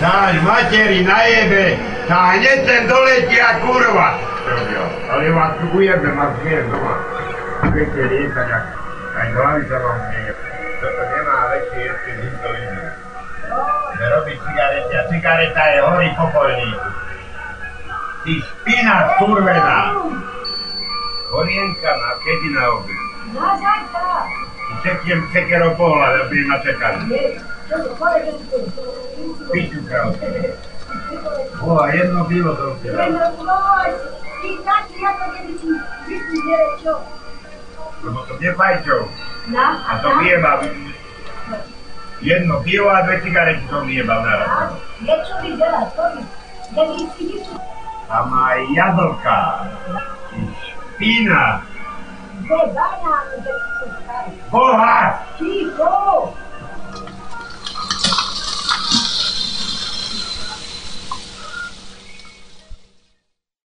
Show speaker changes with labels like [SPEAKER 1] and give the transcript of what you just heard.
[SPEAKER 1] Dáš materi na jebe, tá hneď ten doletí a kurva. Robio, Ale vás tu ujebe, ma zvier doma. Viete, lietať, ak aj hlavy sa vám nie. Toto nemá väčšie ešte nikto iný. Nerobí cigarety a cigareta je hory popolníku. Ty špina skurvená. Horienka na kedy na obed.
[SPEAKER 2] Na zajtra.
[SPEAKER 1] Čeknem cekerov po hlave, aby ma čekali.
[SPEAKER 2] Nie, čo to povedal tu?
[SPEAKER 1] Piču krausa. Boha, jedno pivo som si dal.
[SPEAKER 2] Ty taký, ako keby si vyšli nerečo.
[SPEAKER 1] Lebo som nepajčov.
[SPEAKER 2] Na
[SPEAKER 1] A to vyjebal. Jedno pivo a dve cigarety som vyjebal naraz.
[SPEAKER 2] Niečo mi dela, to mi. Da mi si nič
[SPEAKER 1] A má jablka. Ty Špina.
[SPEAKER 2] zebana, ako da si se stali.
[SPEAKER 1] Boha!
[SPEAKER 2] Ticho!